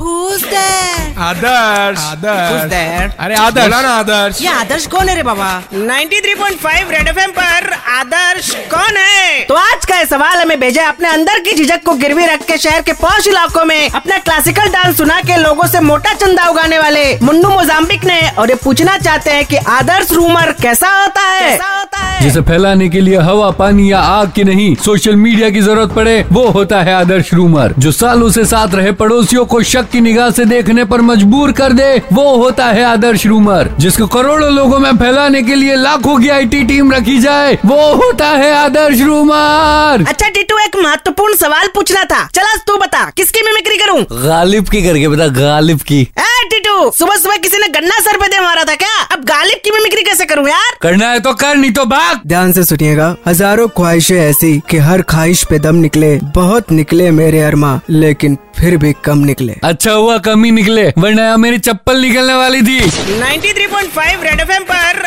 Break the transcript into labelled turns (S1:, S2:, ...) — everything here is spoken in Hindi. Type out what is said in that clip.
S1: who's there?
S2: Adarsh
S3: Who's
S2: Adarsh
S3: there?
S2: अरे आदर्श बोला ना आदर्श
S1: ये आदर्श कौन है रे बाबा
S3: 93.5 रेड एफएम पर आदर्श कौन है
S1: तो आज का ये सवाल हमें भेजा है अपने अंदर की झिझक को गिरवी रख के शहर के पौष इलाकों में अपना क्लासिकल डांस सुना के लोगों से मोटा चंदा उगाने वाले मुन्नू मोजाम्बिक ने और ये पूछना चाहते हैं कि आदर्श रूमर कैसा होता है कैसा होता है
S4: जिसे फैलाने के लिए हवा पानी या आग की नहीं सोशल मीडिया की जरूरत पड़े वो होता है आदर्श रूमर जो सालों से साथ रहे पड़ोसियों को शक की निगाह से देखने पर मजबूर कर दे वो होता है आदर्श रूमर जिसको करोड़ों लोगों में फैलाने के लिए लाखों की आईटी टीम रखी जाए वो होता है आदर्श रूमर
S1: अच्छा टीटू एक महत्वपूर्ण सवाल पूछना था चला तू बता किसकी मिमिक्री करूं
S4: गालिब की करके बता गालिब की
S1: ए टीटू सुबह सुबह किसी ने गन्ना सर पे दे मारा था क्या अब गालिब की मिमिक्री कैसे करूं यार
S4: करना है तो कर नहीं तो भाग
S5: ध्यान से सुनिएगा हजारों ख्वाहिशें ऐसी कि हर ख्वाहिश पे दम निकले बहुत निकले मेरे अरमा लेकिन फिर भी कम निकले
S4: अच्छा हुआ कमी निकले वरना मेरी चप्पल निकलने वाली थी
S3: 93.5 रेड एफएम पर